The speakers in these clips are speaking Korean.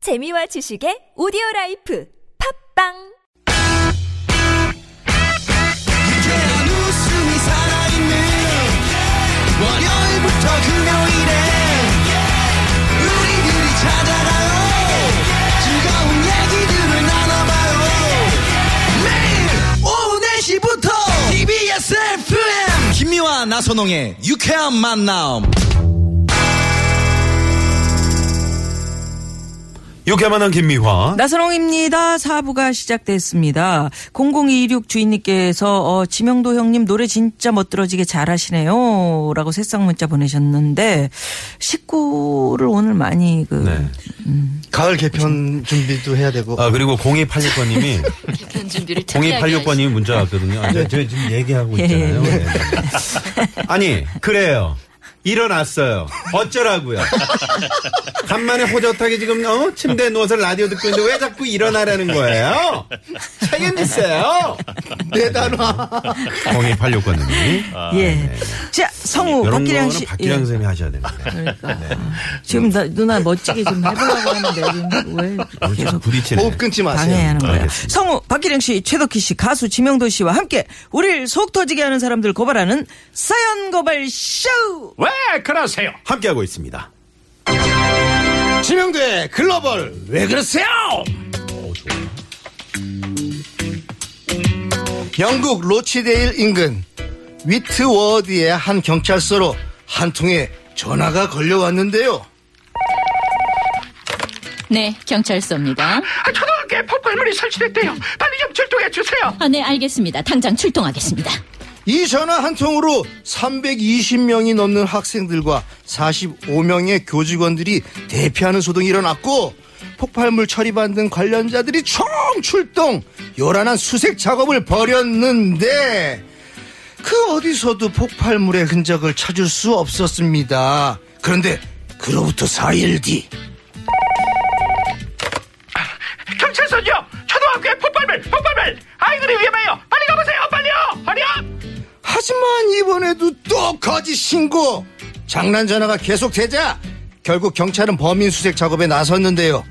재미와 지식의 오디오 라이프 팝빵! 유쾌한 웃음이 살아있는 월요일부터 금요일에 우리들이 찾아가요 즐거운 얘기들을 나눠봐요 매일 오후 4시부터 TBS FM 김미와 나선홍의 유쾌한 만남 유쾌만한 김미화. 나선홍입니다. 사부가 시작됐습니다. 0026 주인님께서 어, 지명도 형님 노래 진짜 멋들어지게 잘하시네요. 라고 새싹 문자 보내셨는데 식구를 오늘 많이 그 네. 가을 개편 준비도 해야 되고. 아 그리고 0286번님이 0286번님이 문자 왔거든요. 아, 저, 저 지금 예. 얘기하고 있잖아요. 네. 아니 그래요. 일어났어요. 어쩌라고요. 간만에 호젓하게 지금 어? 침대에 누워서 라디오 듣고 있는데 왜 자꾸 일어나라는 거예요? 책임지세요. 네, 대단하. 0286번님이. 예. 자, 성우 아, 네, 이런 박기량 거는 씨. 박기량 네. 예. 쌤이 하셔야 됩니다. 그러니까. 지금 나, 누나 멋지게 좀 해보려고 하는데 지금 왜 계속 아, 계속 부딪히네. 호흡 끊지 마세요. 방해하는 거야. 알겠습니다. 성우 박기량 씨, 최덕희 씨, 가수 지명도 씨와 함께 우리를 속 터지게 하는 사람들 고발하는 사연 고발 쇼. 왜 그러세요? 함께하고 있습니다. 지명도의 글로벌. 왜 그러세요? 영국 로치데일 인근 위트워드의 한 경찰서로 한 통의 전화가 걸려왔는데요. 네, 경찰서입니다. 아, 초등학교에 폭발물이 설치됐대요. 빨리 좀 출동해 주세요. 아, 네, 알겠습니다. 당장 출동하겠습니다. 이 전화 한 통으로 320명이 넘는 학생들과 45명의 교직원들이 대피하는 소동이 일어났고 폭발물 처리반 등 관련자들이 총 출동 요란한 수색 작업을 벌였는데 그 어디서도 폭발물의 흔적을 찾을 수 없었습니다. 그런데 그로부터 4일 뒤 경찰서죠. 초등학교에 폭발물, 폭발물. 아이들이 위험해요. 빨리 가보세요. 빨리요. 빨리요. 하지만 이번에도 또 거짓 신고! 장난 전화가 계속되자 결국 경찰은 범인 수색 작업에 나섰는데요.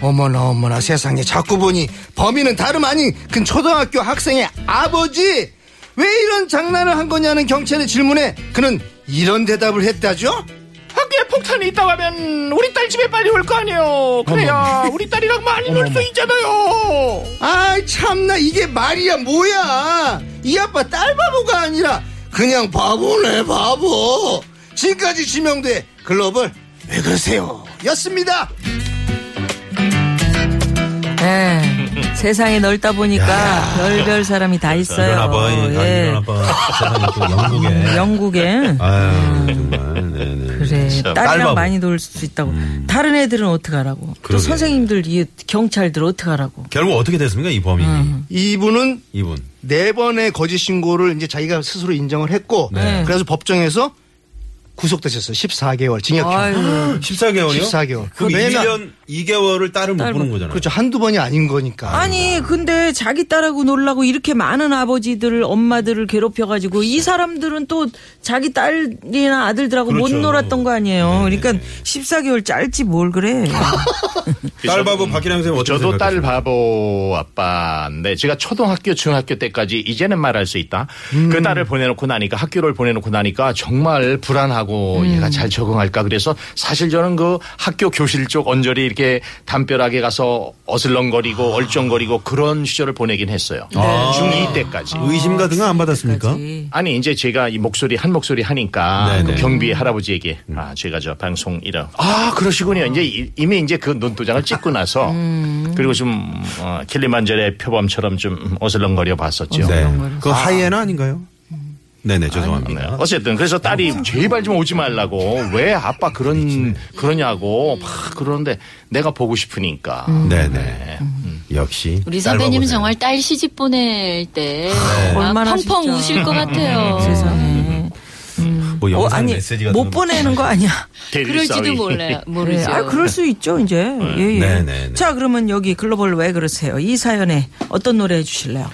어머나 어머나 세상에 자꾸 보니 범인은 다름 아닌 그 초등학교 학생의 아버지! 왜 이런 장난을 한 거냐는 경찰의 질문에 그는 이런 대답을 했다죠? 학교에 폭탄이 있다고 하면 우리 딸 집에 빨리 올 거 아니에요. 그래야 우리 딸이랑 많이 놀 수 있잖아요. 아이 참나 이게 말이야 뭐야 이 아빠 딸 바보가 아니라 그냥 바보네 바보 지금까지 지명대 글로벌 왜 그러세요 였습니다 예. 세상이 넓다 보니까 별별 사람이 다 있어요. 일어나 아, 봐. 예. 음, 일어나 봐. 세상에 또 영국에. 영국에. 아유 정말. 네네. 그래. 딸바보. 음. 딸이랑 많이 놀 수 있다고. 다른 애들은 어떡하라고. 또 그러게. 선생님들, 이 경찰들 어떡하라고. 결국 어떻게 됐습니까 이 범인이 음. 이분은 이분 네 번의 거짓 신고를 이제 자기가 스스로 인정을 했고 네. 그래서 법정에서 구속되셨어요 14개월 징역형 아유. 14개월이요? 14개월. 그럼 왜냐면- 1년 2개월을 딸을 못 딸 보는 못- 거잖아요. 그렇죠 한두 번이 아닌 거니까 아니, 근데 자기 딸하고 놀라고 이렇게 많은 아버지들을, 엄마들을 괴롭혀가지고 이 사람들은 또 자기 딸이나 아들들하고 그렇죠. 네, 못 놀았던 거 아니에요. 그러니까 14개월 짧지 뭘 그래. 예. 딸 바보 박기량 선생님 어떻게 저도 딸 생각하세요? 바보 아빠인데 제가 초등학교 중학교 때까지 이제는 말할 수 있다. 음. 그 딸을 보내놓고 나니까 학교를 보내놓고 나니까 정말 불안하고 음. 얘가 잘 적응할까 그래서 사실 저는 그 학교 교실 쪽 언저리 이렇게 담벼락에 가서 어슬렁거리고 아. 얼쩡거리고 그런 시절을 보내긴 했어요. 네. 중2 때까지. 뭐 의심 같은 거 안 받았습니까? 아니 이제 제가 이 목소리 한 목소리 하니까 네네. 그 경비 할아버지에게 아 제가 저 방송 이라 아 그러시군요 이제 이- 이미 이제 그 눈도장을 찍고 나서 그리고 좀 어, 킬리만절의 표범처럼 좀 어슬렁거려 봤었죠. 네. 그 하이에나 아닌가요? 네네 죄송합니다. 네. 어쨌든 그래서 딸이 제발 좀 오지 말라고 왜 아빠 그런 그러냐고 막 그러는데 내가 보고 싶으니까 음. 네네 음. 역시 우리 딸 선배님은 바보네요. 정말 딸 시집 보낼 때 얼마나 아, 펑펑 진짜. 우실 것 같아요. 네, 세상에. 뭐 어, 영상 아니, 메시지 같은 못 거 보내는 거 아니야. 대리 싸위. 그럴지도 몰라요. 그래. 모르죠. 아, 그럴 수 있죠, 이제. 예, 예. 네, 네, 네. 자, 그러면 여기 글로벌 왜 그러세요? 이 사연에 어떤 노래 해주실래요?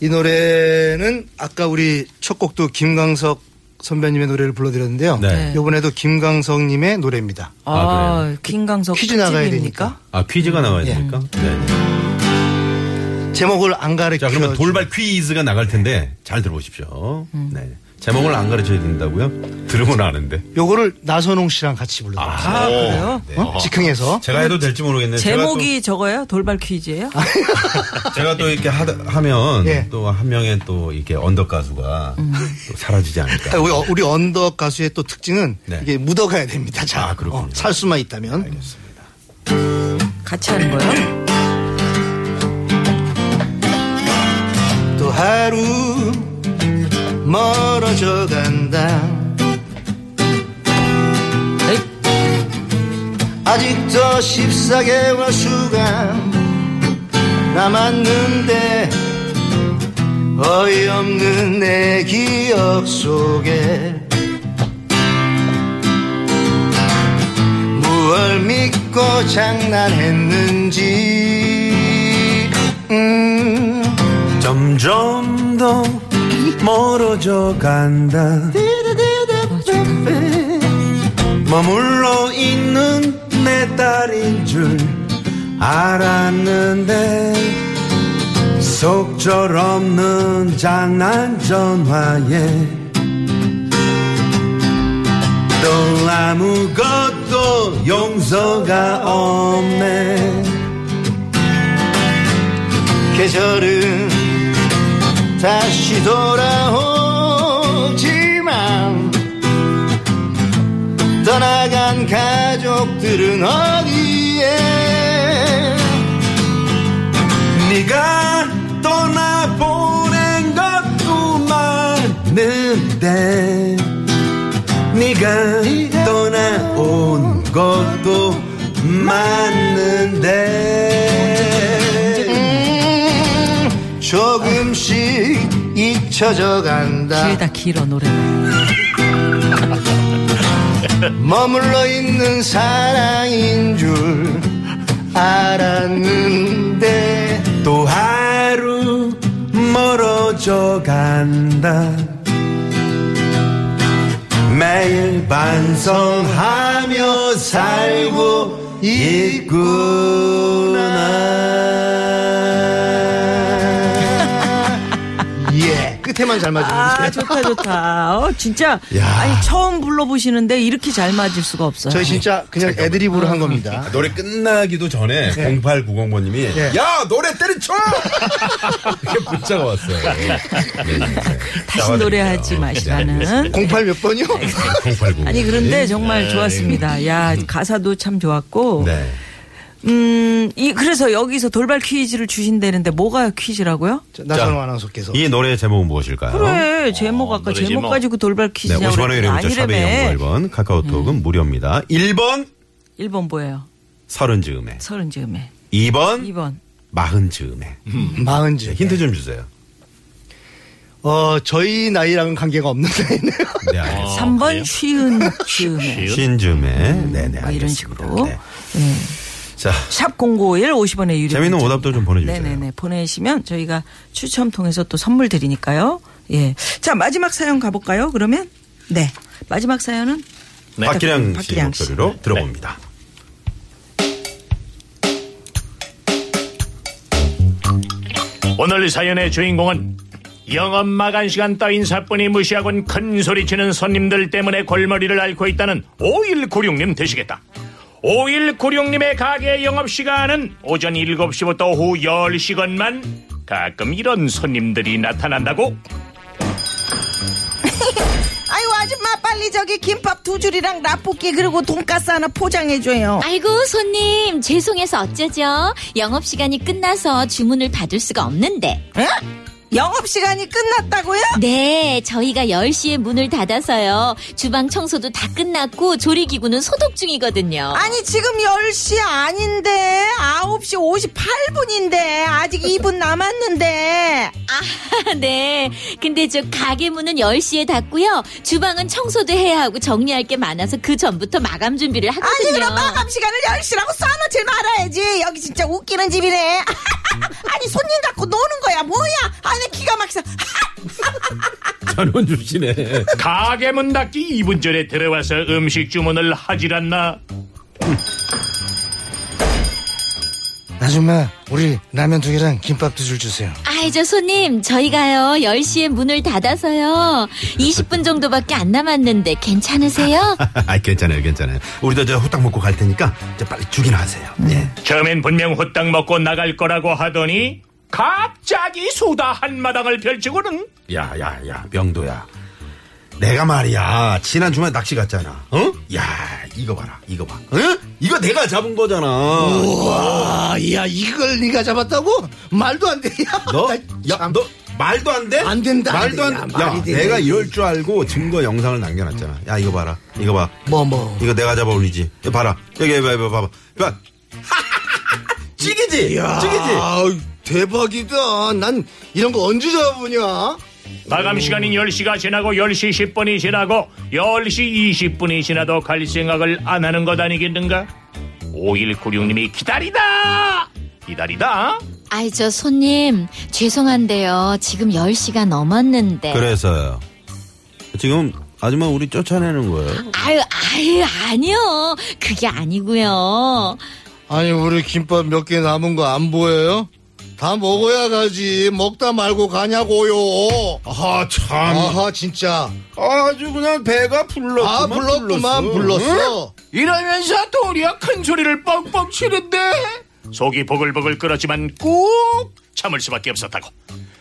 이 노래는 아까 우리 첫 곡도 김광석 선배님의 노래를 불러드렸는데요. 네. 이번에도 김강성님의 노래입니다. 아, 아, 김강석 퀴즈 나가야 특집입니까? 아 음. 퀴즈가 나와야 예. 됩니까? 네. 제목을 안 가르쳐. 자 그러면 돌발 퀴즈가 나갈 텐데 잘 들어보십시오. 음. 네. 제목을 안 가르쳐야 된다고요? 들으면 아는데. 요거를 나선홍 씨랑 같이 불러요. 아, 그래요? 네. 어? 즉흥에서. 제가 해도 될지 모르겠는데 제목이 저거예요? 돌발 퀴즈예요? 아, 제가 또, 제가 또 이렇게 하다, 하면 예. 또 한 명의 또 이렇게 언덕 가수가 음. 또 사라지지 아, 않을까. 우리, 어, 우리 언덕 가수의 또 특징은 네. 이게 묻어가야 됩니다. 자, 아, 그렇군요. 어, 살 수만 있다면. 같이 하는 거예요? 또 하루 멀어져 간다. 에이, 아직도 14개월 수가 남았는데 어이없는 내 기억 속에 무얼 믿고 장난했는지 음 점점 더 멀어져 간다. 머물러 있는 내 딸인 줄 알았는데 속절없는 장난 전화에 또 아무것도 용서가 없네 계절은 다시 돌아오지만 떠나간 가족들은 어디에 네가 떠나보낸 것도 많은데 네가 떠나온 것도 맞는데 음, 조금씩 잊혀져 간다 네, 길다 길어 노래가. 머물러 있는 사랑인 줄 알았는데 또 하루 멀어져 간다 매일 반성하며 살고 있구나 예 끝에만 잘 아, 맞으면 요 좋다, 좋다. 어, 진짜. 야. 아니, 처음 불러보시는데 이렇게 잘 맞을 수가 없어요. 저희 진짜 아, 그냥 애드립으로 한 겁니다 노래 끝나기도 전에 0890번님이 야 노래 때려쳐 이렇게 문자가 왔어요 네, 네. 다시 어, 노래하지 마시라는. 08 몇 번이요? 네. 0890 아니, 그런데 정말 좋았습니다. 야, 가사도 참 좋았고. 네. 음, 이, 그래서 여기서 돌발 퀴즈를 주신다는데 뭐가 퀴즈라고요? 나선호 아나운서께서 이 노래의 제목은 무엇일까요? 그래, 제목 아까 노래 제목. 제목 가지고 돌발 어? 네, 퀴즈냐고 50만 원의 유료 문자 그랬더니 샵의 아니라며. 연구 1번 카카오톡은 음. 무료입니다. 1번 1번 뭐예요? 서른 즈음에 서른 즈음에. 2번 2번. 마흔 즈음에 네, 마흔지 힌트 좀 주세요. 어, 저희 나이랑은 관계가 없는 나이네요. 네, 알겠습니다. 삼 3번 쉬운 즈음에. 쉰 즈음에 네, 네, 뭐 이런 알겠습니다. 식으로. 네. 자, 샵 051, 50원의 유료. 재밌는 문자. 오답도 좀 보내주세요. 네네네. 보내시면 저희가 추첨 통해서 또 선물 드리니까요. 예. 자, 마지막 사연 가볼까요, 그러면? 네. 마지막 사연은? 네. 박기량 씨 박기량 씨. 목소리로 들어봅니다. 오늘 사연의 주인공은 영업 마감 시간 따윈 사뿐히 무시하곤 큰 소리치는 손님들 때문에 골머리를 앓고 있다는 5196님 되시겠다. 5196님의 가게 영업 시간은 오전 7시부터 오후 10시건만 가끔 이런 손님들이 나타난다고 아이고 아줌마 빨리 저기 김밥 두 줄이랑 라볶이 그리고 돈가스 하나 포장해줘요 아이고 손님 죄송해서 어쩌죠? 영업 시간이 끝나서 주문을 받을 수가 없는데. 에? 영업시간이 끝났다고요? 네, 저희가 10시에 문을 닫아서요. 주방 청소도 다 끝났고 조리기구는 소독 중이거든요. 아니 지금 10시 아닌데 9시 58분인데 아직 2분 남았는데 아, 네. 근데 저 가게 문은 10시에 닫고요. 주방은 청소도 해야 하고 정리할 게 많아서 그 전부터 마감 준비를 아니 하거든요. 그럼 마감시간을 10시라고 써놓지 말아야지 여기 진짜 웃기는 집이네 아, 아니 손님 갖고 노는 거야 뭐야 아니 기가 막혀 착한 원 주시네. 가게 문 닫기 2분 전에 들어와서 음식 주문을 하질 않나? 아줌마 우리 라면 두 개랑 김밥 두 줄 주세요 아이, 저 손님, 저희가요, 10시에 문을 닫아서요, 20분 정도밖에 안 남았는데, 괜찮으세요? 아 괜찮아요, 괜찮아요. 우리도 저 후딱 먹고 갈 테니까 저 빨리 주기나 하세요. 예. 처음엔 분명 호떡 먹고 나갈 거라고 하더니 갑자기 소다 한 마당을 펼치고는 야, 야, 야, 명도야. 내가 말이야, 지난 주말 낚시 갔잖아. 어? 야, 이거 봐라, 이거 봐. 어? 이거 내가 잡은 거잖아. 우와 아, 야 이걸 네가 잡았다고? 말도 안돼 너, 야, 너 말도 안 돼? 안 된다, 안 말도 안 돼. 야, 돼. 야, 말이 되네. 내가 이럴 줄 알고 증거 영상을 남겨놨잖아. 야, 이거 봐라, 이거 봐. 뭐뭐 이거 내가 잡아 올리지. 이거 봐라. 여기, 여기, 여기, 봐봐. 봐. 찍이지? 찍이지? 대박이다 난 이런 거 언제 잡아보냐 마감 시간인 10시가 지나고 10시 10분이 지나고 10시 20분이 지나도 갈 생각을 안 하는 것 아니겠는가? 5196님이 기다리다! 기다리다! 아이, 저 손님, 죄송한데요, 지금 10시가 넘었는데. 그래서요. 지금 아줌마 우리 쫓아내는 거예요. 아유, 아유, 아니요. 그게 아니고요. 아니 우리 김밥 몇 개 남은 거 안 보여요? 다 먹어야 가지 먹다 말고 가냐고요 아, 참. 아하 진짜 아주 그냥 배가 불렀구만. 아 불렀구만 불렀어 이러면서 도리어 큰 소리를 뻥뻥 치는데 속이 보글보글 끓었지만 꾹 참을 수밖에 없었다고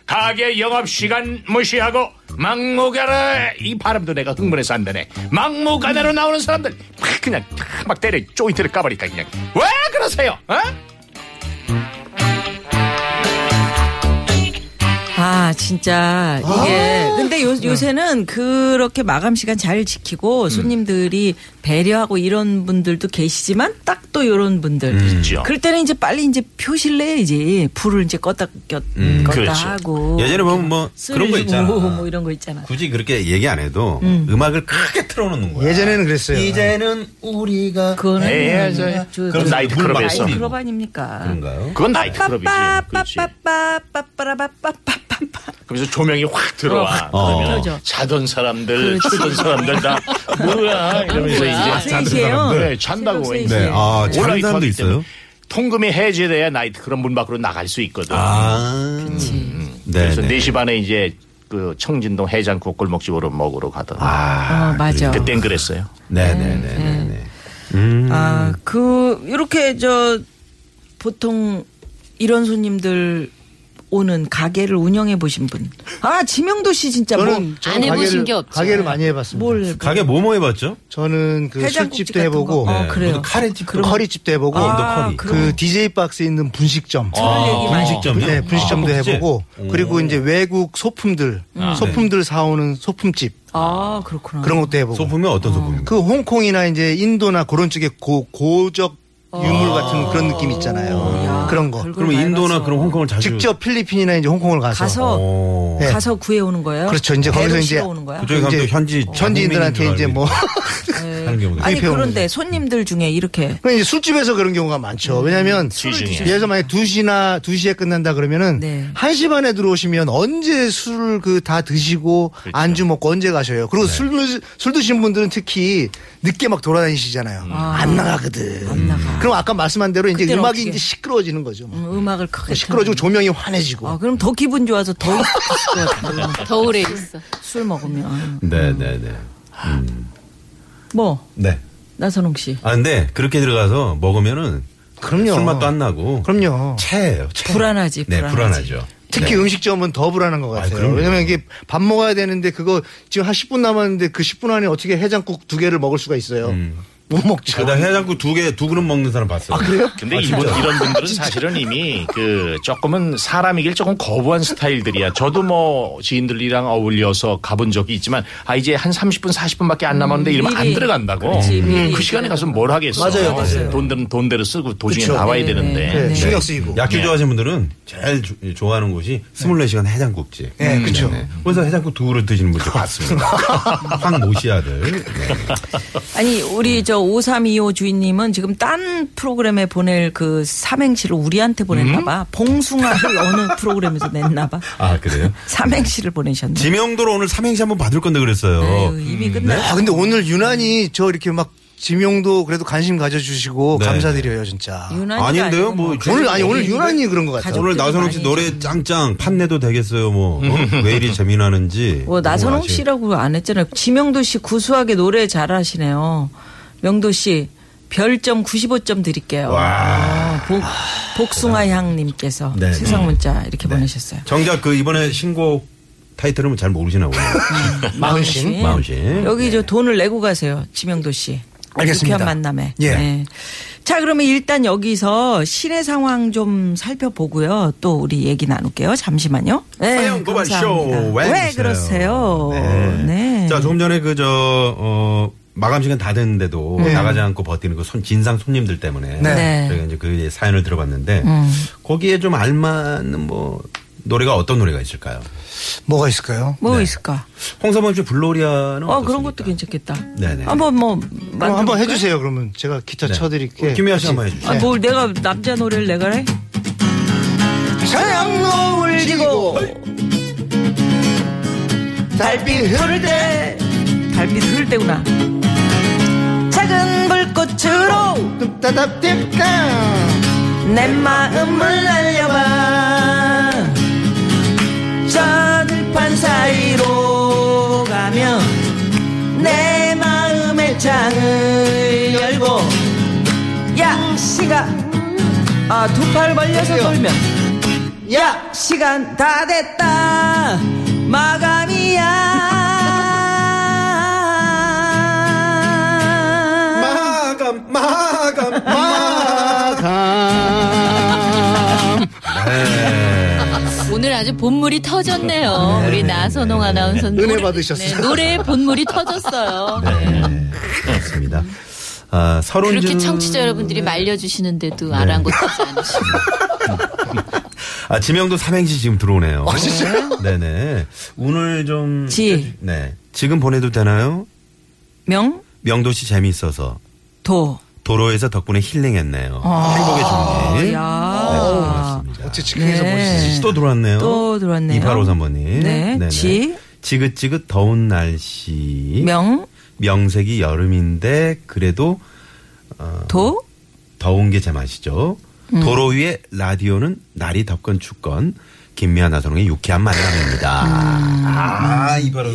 가게 영업시간 무시하고 막무가내 이 바람도 내가 흥분해서 안 되네 막무가내로 나오는 사람들 팍 그냥 탁막 때려 조인트를 까버리니까 그냥 왜 그러세요 어? 아 진짜 이게 아. 근데 요, 요새는 그렇게 마감 시간 잘 음. 지키고 손님들이 배려하고 이런 분들도 계시지만 딱 또 이런 분들 음. 있죠. 그럴 때는 이제 빨리 이제 표시를 내야지 불을 이제 껐다 꼈, 껐다 그렇죠. 하고 예전에 보면 뭐 술을 그런 거 주고 있잖아. 뭐 이런 거 있잖아 굳이 그렇게 얘기 안 해도 음. 악을 크게 틀어놓는 거야. 예전에는 그랬어요 이제는 우리가 그거는 뭐 예, 예, 저, 저- 그럼 저- 나이트클럽에서. 나이트클럽 아닙니까 그런가요? 그건 나이트클럽이지 그렇지. 빠빠빠빠빠빠빠빠빠빠빠 그래서 조명이 확 들어와 어. 그러면 그러죠. 자던 사람들 추던 사람들 다 뭐야 이러면서 아, 이제 셋이에요? 네, 잔다고 새벽 이제. 셋이에요. 네. 아, 자는 사람도 온라인 투어기 때문에 있어요? 통금이 해제돼야 나이트클럽 문 밖으로 나갈 수 있거든. 아. 네. 그래서 네. 4시 반에 이제 그 청진동 해장국 골목집으로 먹으러 가던. 아, 어, 맞아. 그땐 그랬어요. 네, 네네네네. 아, 그 이렇게 저 보통 이런 손님들 오는 가게를 운영해 보신 분. 아, 지명도 씨 진짜 뭐 저는 안 해보신 게 없죠. 가게를 많이 해봤습니다 뭘 해봐. 가게 뭐뭐 해봤죠? 저는 그 해장국집 술집도 같은 해보고 거. 어, 그래요. 모두 카레집 그 커리집도 해보고 아, 네. 온더 커리. 그 DJ 박스에 있는 분식점 그런 얘기 많이 아, 분식점이요? 네, 분식점도 아, 해보고 분식집. 그리고 이제 외국 소품들 아, 네. 소품들 사오는 소품집 아, 그렇구나. 그런 것도 해보고 소품이 어떤 소품입니까? 그 홍콩이나 이제 인도나 그런 쪽의 고, 고적 어. 유물 같은 그런 느낌 있잖아요. 그런 거. 별걸 그럼 다 인도나 해봤어. 그런 홍콩을 자주 직접 필리핀이나 이제 홍콩을 가서, 가서 어. 오. 네. 가서 구해 오는 거예요? 그렇죠. 이제 배로 거기서 이제 실어 오는 거야? 그쪽에 가면 이제 어, 또 현지 아, 네. 현지인들한테 이제 뭐 하는 경우도 아니 구입해 오는 그런데 손님들 중에 이렇게 그럼 이제 술집에서 그런 경우가 많죠. 왜냐면 시중에. 예를 들어 만약에 2시나 2시에 끝난다 그러면은 네. 1시 반에 들어오시면 언제 술을 그 다 드시고 안주 먹고 언제 가셔요. 그리고 술, 술 드신 분들은 특히 늦게 막 돌아다니시잖아요. 안 나가거든. 그럼 아까 말씀한 대로 이제 그때는 음악이 어떻게? 이제 시끄러워지는 거죠. 뭐. 음, 악을 크게 틀어놓는 시끄러워지고 조명이 환해지고. 거야. 아, 그럼 더 기분 좋아서 더 드실 것 같아요. 더 오래 있어. 술 먹으면. 네네네. 뭐 네. 나선홍 씨. 아 근데 그렇게 들어가서 먹으면은 그럼요. 술맛도 안 나고 그럼요. 체예요. 체. 불안하지, 네, 불안하지. 불안하죠. 특히 네. 음식점은 더 불안한 것 같아요. 그럼요. 왜냐면 이게 밥 먹어야 되는데 그거 지금 한 10분 남았는데 그 10분 안에 어떻게 해장국 두 개를 먹을 수가 있어요. 못 먹죠. 그다 해장국 두 개 두 그릇 먹는 사람 봤어요. 아, 네. 그래요? 근데 이분, 이런 분들은 사실은 이미 그 조금은 사람이길 조금 거부한 스타일들이야. 저도 뭐 지인들이랑 어울려서 가본 적이 있지만 아 이제 한 30분 40분밖에 안 남았는데 이러면 안 미리. 들어간다고. 그렇지, 미리 그 시간에 가서 뭘 하겠어. 맞아요, 맞아요. 돈들은 돈대로 쓰고 도중에 그쵸. 나와야 네, 되는데. 네, 네. 신경 쓰이고. 약주 네. 좋아하시는 분들은 제일 조- 예, 좋아하는 곳이 24시간 해장국집. 네, 그쵸. 그래서 해장국 두 그릇 드시는 분들 봤습니다. 황 모시아들. 네. 아니 우리 저 저 5325 주인님은 지금 딴 프로그램에 보낼 그 삼행시를 우리한테 보냈나 음? 봐. 봉숭아를 어느 프로그램에서 냈나 봐. 아, 그래요? 삼행시를 보내셨네. 지명도로 오늘 삼행시 한번 받을 건데 그랬어요. 아유, 이미 끝나. 아 근데 오늘 유난히 저 이렇게 막 지명도 그래도 관심 가져주시고 네. 감사드려요 진짜. 유난히가 아닌데요? 아니고 뭐 오늘 아니 오늘 이걸 유난히 그런 것 같아요. 가족- 오늘 나선홍 씨 많이 노래 짱짱 판내도 되겠어요. 뭐 왜 이리 재미나는지. 뭐 나선홍 씨라고 안 했잖아요. 지명도 씨 구수하게 노래 잘하시네요. 명도 씨 별점 95점 드릴게요. 아, 복, 복숭아 향님께서 네, 세상 문자 이렇게 보내셨어요. 정작 그 이번에 신곡 타이틀은 뭐 잘 모르시나 보네요. 마흔신. 마흔신. 여기 저 돈을 내고 가세요. 지명도 씨. 알겠습니다. 유쾌한 만남에. 네. 예. 자, 그러면 일단 여기서 시내 상황 좀 살펴보고요. 또 우리 얘기 나눌게요. 잠시만요. 네, 사연 고발 쇼. 감사합니다. 왜 그러세요? 네. 네. 자, 조금 전에 그, 저, 어, 마감 시간 다 됐는데도 나가지 않고 버티는 그 손, 진상 손님들 때문에. 네. 음. 저희가 이제 그 사연을 들어봤는데. 거기에 좀 알맞는 뭐, 노래가 어떤 노래가 있을까요? 뭐가 있을까요? 뭐 있을까? 홍서범 씨 블로리아는. 어, 그런 어떻습니까? 것도 괜찮겠다. 네네. 한번 뭐 그럼 한번 만들어볼까요? 해주세요. 그러면 제가 기타 네. 쳐드릴게요. 우리 김희아 씨 한번 해주세요. 아, 뭘 네. 내가 남자 노래를 내가 해? 서양 노을 지고 달빛 흐를 때 달빛 흐를 때구나. 작은 불꽃으로 뚝따답ติ๊까 내 마음을 날려봐 저 들판 사이로 가면 내 마음의 창을 열고 야 시간 아 두 팔 벌려서 돌면 야 시간 다 됐다 마감이야 마감, 마감, 마감 네. 오늘 아주 본물이 터졌네요. 우리 나선홍 아나운서는 은혜 노래- 받으셨어요. 네, 노래의 본물이 터졌어요. 네. 그렇습니다. 아, 서론주. 그렇게 청취자 여러분들이 말려주시는데도 아랑곳하지 않으시고 아, 지명도 삼행시 지금 들어오네요. 아, 진짜요? 네네. 오늘 좀. 지. 네. 지금 보내도 되나요? 명도 씨 재미있어서. 명도 도로에서 덕분에 힐링했네요. 아. 예? 행복의 종이. 네, 어, 야. 고맙습니다. 어째 지켜서 네. 보시지 또 들어왔네요. 또 들어왔네요. 2853번님. 네, 지. 지긋지긋 더운 날씨. 명, 명색이 여름인데, 그래도 도, 더운 게 제맛이죠. 음. 도로 위에 라디오는 날이 덥건 춥건 김미아 나선홍의 유쾌한 만남입니다. 음. 아, 이 바로.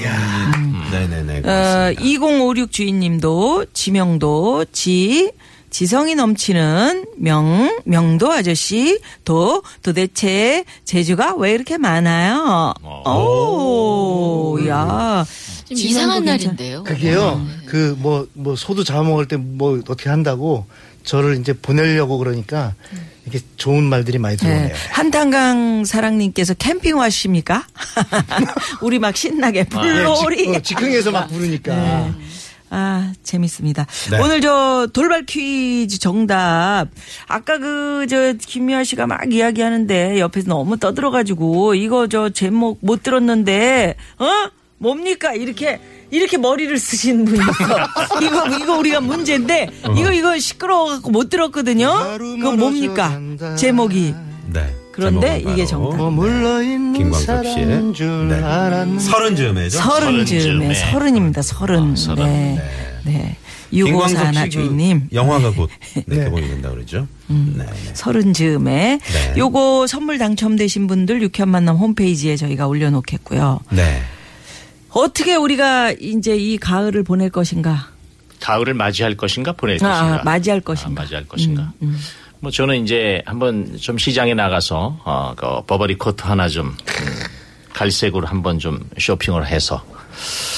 네네네. 음. 어, 그렇습니다. 2056 주인님도, 지명도, 지, 지성이 넘치는 명, 명도 아저씨, 도, 도대체 제주가 왜 이렇게 많아요? 어. 오, 야. 좀 이상한 지성도 괜찮- 날인데요. 그게요 그 뭐 뭐 소도 잡아 먹을 때 뭐 어떻게 한다고 저를 이제 보내려고 그러니까 이렇게 좋은 말들이 많이 들어오네요 네. 한탄강 사랑님께서 캠핑 왔십니까? 우리 막 신나게 아, 예, 지- 불놀이. 어, 즉흥에서 막 부르니까 네. 아, 재밌습니다. 네. 오늘 저 돌발 퀴즈 정답. 아까 그 저 김미아 씨가 막 이야기하는데 옆에서 너무 떠들어가지고 이거 저 제목 못 들었는데 어 뭡니까 이렇게 이렇게 머리를 쓰신 분이 있어. 이거 이거 우리가 문제인데 이거 이거 시끄러워갖고 못 들었거든요. 그거 뭡니까 제목이. 네. 그런데 제목은 이게 바로 정답. 머물러 있는 김광석 사람 씨의 줄 네. 알았네 서른 즈음에죠. 서른 즈음에 즈음에. 서른입니다. 서른. 서른. 네. 네. 유고사 하나 주인님. 그 음. 영화가 곧 네, 개봉이 된다 그러죠. 네. 네. 서른 즈음에 네. 요거 선물 당첨되신 분들 유쾌한 만남 홈페이지에 저희가 올려놓겠고요. 네. 어떻게 우리가 이제 이 가을을 보낼 것인가? 가을을 맞이할 것인가 보낼 아, 것인가 아, 맞이할 것인가. 음. 아, 맞이할 것인가 뭐 저는 이제 한번 좀 시장에 나가서 어, 그 버버리 코트 하나 좀 음, 갈색으로 한번 좀 쇼핑을 해서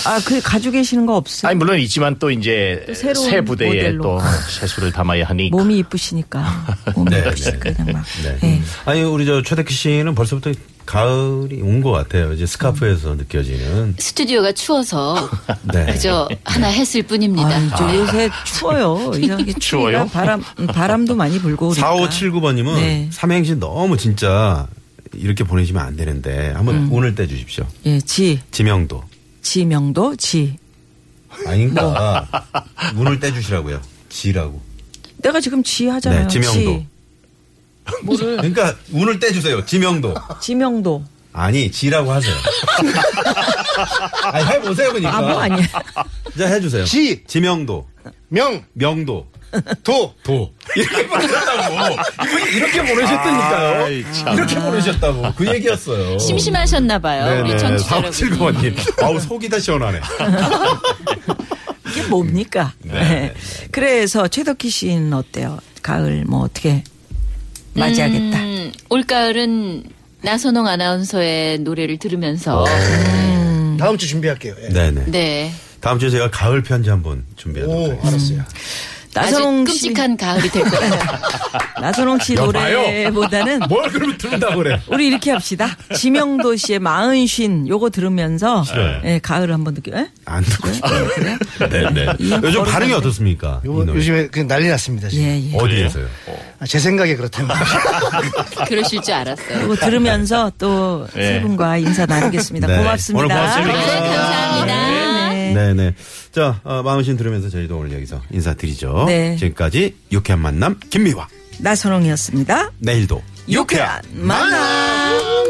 아, 그 가지고 계시는 거 없어요? 아니 물론 있지만 또 이제 또 새로운 새 부대에 모델로. 또 세수를 담아야 하니까 몸이 이쁘시니까. 몸이 네, 이쁘시니까 네. 그냥 막. 네. 네. 아니 우리 저 최대키 씨는 벌써부터 가을이 온 것 같아요. 이제 스카프에서 느껴지는. 스튜디오가 추워서 네. 그저 하나 했을 뿐입니다. 아, 이제 요새 추워요. 이상하게 추워요. 추워요? 바람, 바람도 많이 불고. 그러니까. 4579번님은 네. 삼행시 너무 진짜 이렇게 보내시면 안 되는데 한번 음. 운을 떼주십시오. 예, 지, 지명도. 지명도, 지. 뭐. 아닌가. 운을 떼주시라고요. 지라고. 내가 지금 지 하잖아요. 네, 지명도. 지. 뭐를? 그러니까 운을 떼주세요. 지명도. 지명도. 아니 지라고 하세요. 아니 해보세요 그러니까. 아, 뭐 아니야. 자 해주세요. 지. 지명도. 명, 명도. 도. 도. 이렇게 보내셨다고. 이분이 이렇게 보내셨다니까요. 아이, 참. 이렇게 보내셨다고. 그 얘기였어요. 심심하셨나봐요. 네, 우리 청취자 여러분. 4579번님. 아우, 속이 다 시원하네. 이게 뭡니까? 음. 네. 그래서 최덕희 씨는 어때요? 가을 뭐 어떻게 맞이하겠다. 음, 올가을은 나선홍 아나운서의 노래를 들으면서 다음 주 준비할게요. 예. 네네. 네 다음 주에 제가 가을 편지 한번 준비하도록 오, 하겠습니다. 알았어요. 아주 나선홍 씨, 끔찍한 가을이 될 거예요. 나선홍 씨 노래보다는 뭘 그러면 듣는다고 그래. 우리 이렇게 합시다. 지명도 씨의 마흔쉰 요거 들으면서 예, 가을을 한번 느껴. 예? 안 듣고 싶어요. 네네. 요즘 네. 반응이 어떻습니까? 이 요, 노래. 요즘에 그 난리 났습니다. 지금. 예, 예. 어디에서요? 아, 제 생각에 그렇다면. 그러실 줄 알았어요. 네, 요거 들으면서 또 세 네. 분과 인사 나누겠습니다. 예. 네. 고맙습니다. 오늘 고맙습니다. 네, 감사합니다. 네네. 자, 어, 마음신 들으면서 저희도 오늘 여기서 인사드리죠. 네. 지금까지 유쾌한 만남 김미화. 나선홍이었습니다. 내일도 유쾌한 만남.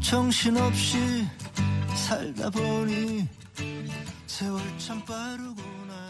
정신없이 살다 보니 세월 참 빠르구나